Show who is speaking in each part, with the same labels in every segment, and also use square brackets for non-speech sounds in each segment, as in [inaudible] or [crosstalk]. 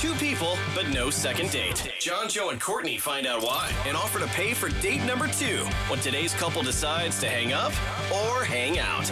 Speaker 1: Two people, but no second date. John, Joe, and Courtney find out why and offer to pay for date number two when today's couple decides to hang up or hang out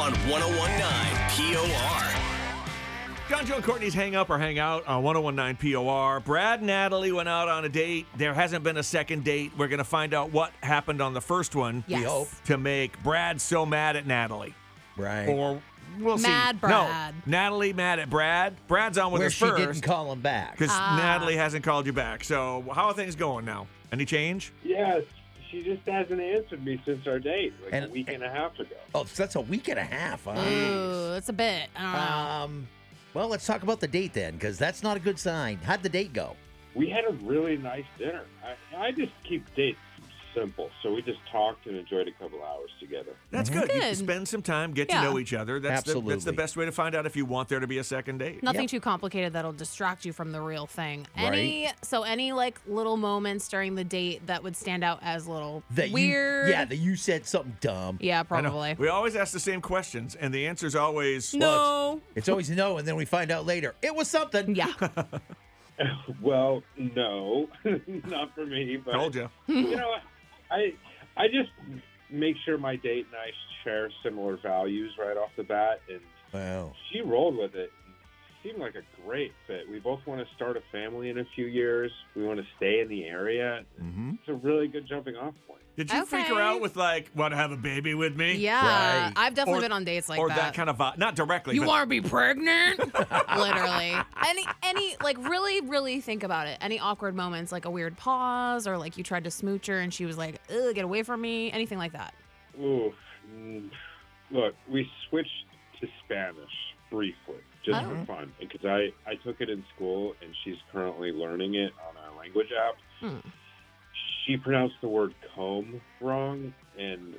Speaker 1: on 1019 POR.
Speaker 2: John, Joe, and Courtney's Hang Up or Hang Out on 1019 POR. Brad and Natalie went out on a date. There hasn't been a second date. We're going to find out what happened on the first one
Speaker 3: Yes.
Speaker 4: hope.
Speaker 2: to make Brad so mad at Natalie.
Speaker 4: Right.
Speaker 2: Or we'll see.
Speaker 3: Mad Brad.
Speaker 2: No, Natalie mad at Brad. Brad's on with
Speaker 4: Where
Speaker 2: us
Speaker 4: she didn't
Speaker 2: first
Speaker 4: call him back.
Speaker 2: because
Speaker 3: Ah.
Speaker 2: Natalie hasn't called you back. So, how are things going now? Any change?
Speaker 5: Yes, she just hasn't answered me since our date, like a
Speaker 4: And-
Speaker 5: week and a half ago.
Speaker 4: Oh, so that's a week and a half, huh?
Speaker 3: Ooh, it's a bit. I don't
Speaker 2: Uh,
Speaker 3: know.
Speaker 4: Um, well, let's talk about the date then, because that's not a good sign. How'd the date go?
Speaker 5: We had a really nice dinner. I, I just keep dates simple, so we just talked and enjoyed a couple hours together.
Speaker 2: That's good. You can
Speaker 3: Mm-hmm. Good.
Speaker 2: spend some time, get
Speaker 3: Yeah.
Speaker 2: to know each other. That's the, that's the
Speaker 4: Absolutely.
Speaker 2: best way to find out if you want there to be a second date.
Speaker 3: Nothing too complicated that'll distract you from the real thing. Any so any like little moments during the date that would stand out as little
Speaker 4: That
Speaker 3: weird.
Speaker 4: You, yeah, that you said something dumb.
Speaker 2: I
Speaker 3: Yeah,
Speaker 2: know.
Speaker 3: probably.
Speaker 2: We always ask the same questions, and the answer's always
Speaker 3: No.
Speaker 4: It's always no, and then we find out later it was something.
Speaker 2: [laughs]
Speaker 3: Yeah.
Speaker 5: Well, no, [laughs] not for me. But
Speaker 2: Told you.
Speaker 5: you know, I I just make sure my date and I share similar values right off the bat, and
Speaker 4: Wow.
Speaker 5: she rolled with it. Seemed like a great fit. We both want to start a family in a few years. We want to stay in the area.
Speaker 4: Mm-hmm.
Speaker 5: It's a really good jumping off point.
Speaker 2: Did you freak her
Speaker 3: Okay.
Speaker 2: out with like, want to have a baby with me?
Speaker 3: Yeah.
Speaker 4: Right.
Speaker 3: I've definitely
Speaker 2: Or-
Speaker 3: been on dates like
Speaker 2: or that. kind of vibe. Not directly.
Speaker 3: you
Speaker 2: but
Speaker 3: want to be pregnant? Literally. Any any like really really think about it. Any awkward moments like a weird pause or like you tried to smooch her and she was like, "Ugh, get away from me." Anything like that.
Speaker 5: Ooh, mm, look, we switched to Spanish briefly just
Speaker 3: Oh.
Speaker 5: for fun because I, I took it in school and she's currently learning it on our language app.
Speaker 3: Hmm.
Speaker 5: She pronounced the word comb wrong, and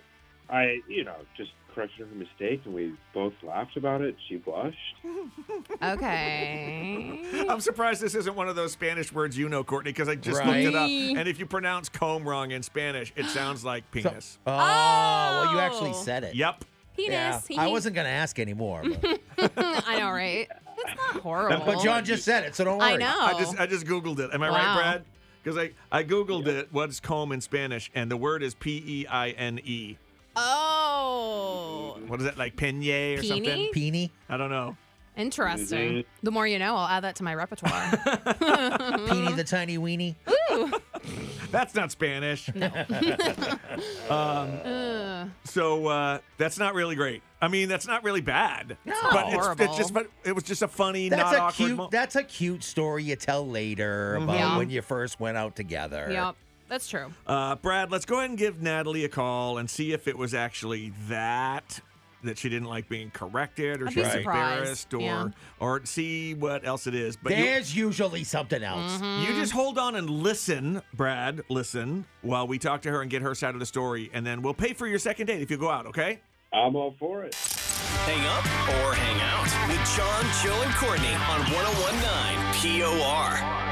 Speaker 5: I, you know, just corrected her mistake, and we both laughed about it. She blushed.
Speaker 2: [laughs]
Speaker 3: Okay.
Speaker 2: [laughs] I'm surprised this isn't one of those Spanish words you know, Courtney, because I just
Speaker 4: Right.
Speaker 2: looked it up. And if you pronounce comb wrong in Spanish, it sounds like penis.
Speaker 4: Oh, well, you actually
Speaker 3: Oh.
Speaker 4: said it.
Speaker 2: yep.
Speaker 4: Yeah.
Speaker 3: Penis.
Speaker 4: I wasn't gonna ask anymore,
Speaker 3: [laughs]
Speaker 4: but,
Speaker 3: I know, right? That's not horrible.
Speaker 4: but John just said it, so don't worry.
Speaker 3: I know.
Speaker 2: I just I just Googled it. Am I right,
Speaker 3: Wow.
Speaker 2: Brad? Because I, I Googled it, what's comb in Spanish, and the word is P E I N E.
Speaker 3: oh,
Speaker 2: What is that, like penye or something?
Speaker 3: Peenie?
Speaker 4: Peenie.
Speaker 2: I don't know.
Speaker 3: interesting.
Speaker 5: Mhm.
Speaker 3: The more you know, I'll add that to my repertoire. Uh-huh.
Speaker 4: Peenie the tiny weenie.
Speaker 2: That's not Spanish. [laughs] Um,
Speaker 3: Ugh.
Speaker 2: So uh, that's not really great. I mean, that's not really bad.
Speaker 4: No.
Speaker 2: but it's,
Speaker 3: Horrible.
Speaker 2: it's just but it was just a funny,
Speaker 4: That's
Speaker 2: not
Speaker 4: a
Speaker 2: awkward Mm-hmm.
Speaker 4: cute.
Speaker 2: moment.
Speaker 4: That's a cute story you tell later about
Speaker 3: Yeah.
Speaker 4: when you first went out together.
Speaker 3: Yep, that's true.
Speaker 2: Uh, Brad, let's go ahead and give Natalie a call and see if it was actually that that she didn't like being corrected or
Speaker 3: I'd
Speaker 2: she was
Speaker 4: be
Speaker 3: surprised.
Speaker 2: embarrassed or
Speaker 3: Yeah.
Speaker 2: or see what else it is. But you, Mm-hmm.
Speaker 4: There's usually something else.
Speaker 2: you
Speaker 3: Mm.
Speaker 2: just hold on and listen, Brad, listen while we talk to her and get her side of the story, and then we'll pay for your second date if you go out. Okay?
Speaker 5: I'm all for it.
Speaker 1: Hang up oh or hang out with John, Joe, and Courtney on 1019 POR.